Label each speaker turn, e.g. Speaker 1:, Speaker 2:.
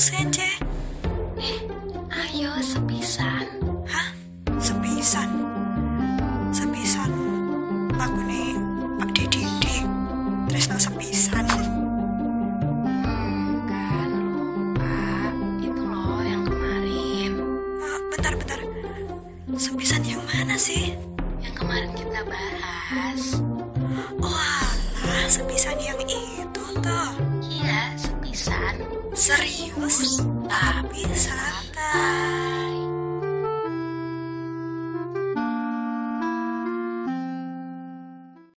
Speaker 1: sence?
Speaker 2: Eh, Ayo sepisan.
Speaker 1: Hah? Sepisan. Sepisan. Aku nih Pak Didi. Tresno sepisan.
Speaker 2: Bukan lupa itu loh yang kemarin.
Speaker 1: Ah, bentar, bentar. Sepisan yang mana sih?
Speaker 2: Yang kemarin kita bahas.
Speaker 1: Oh, alah, sepisan yang itu toh.
Speaker 2: Iya, sepisan.
Speaker 1: Serius? Tapi santai.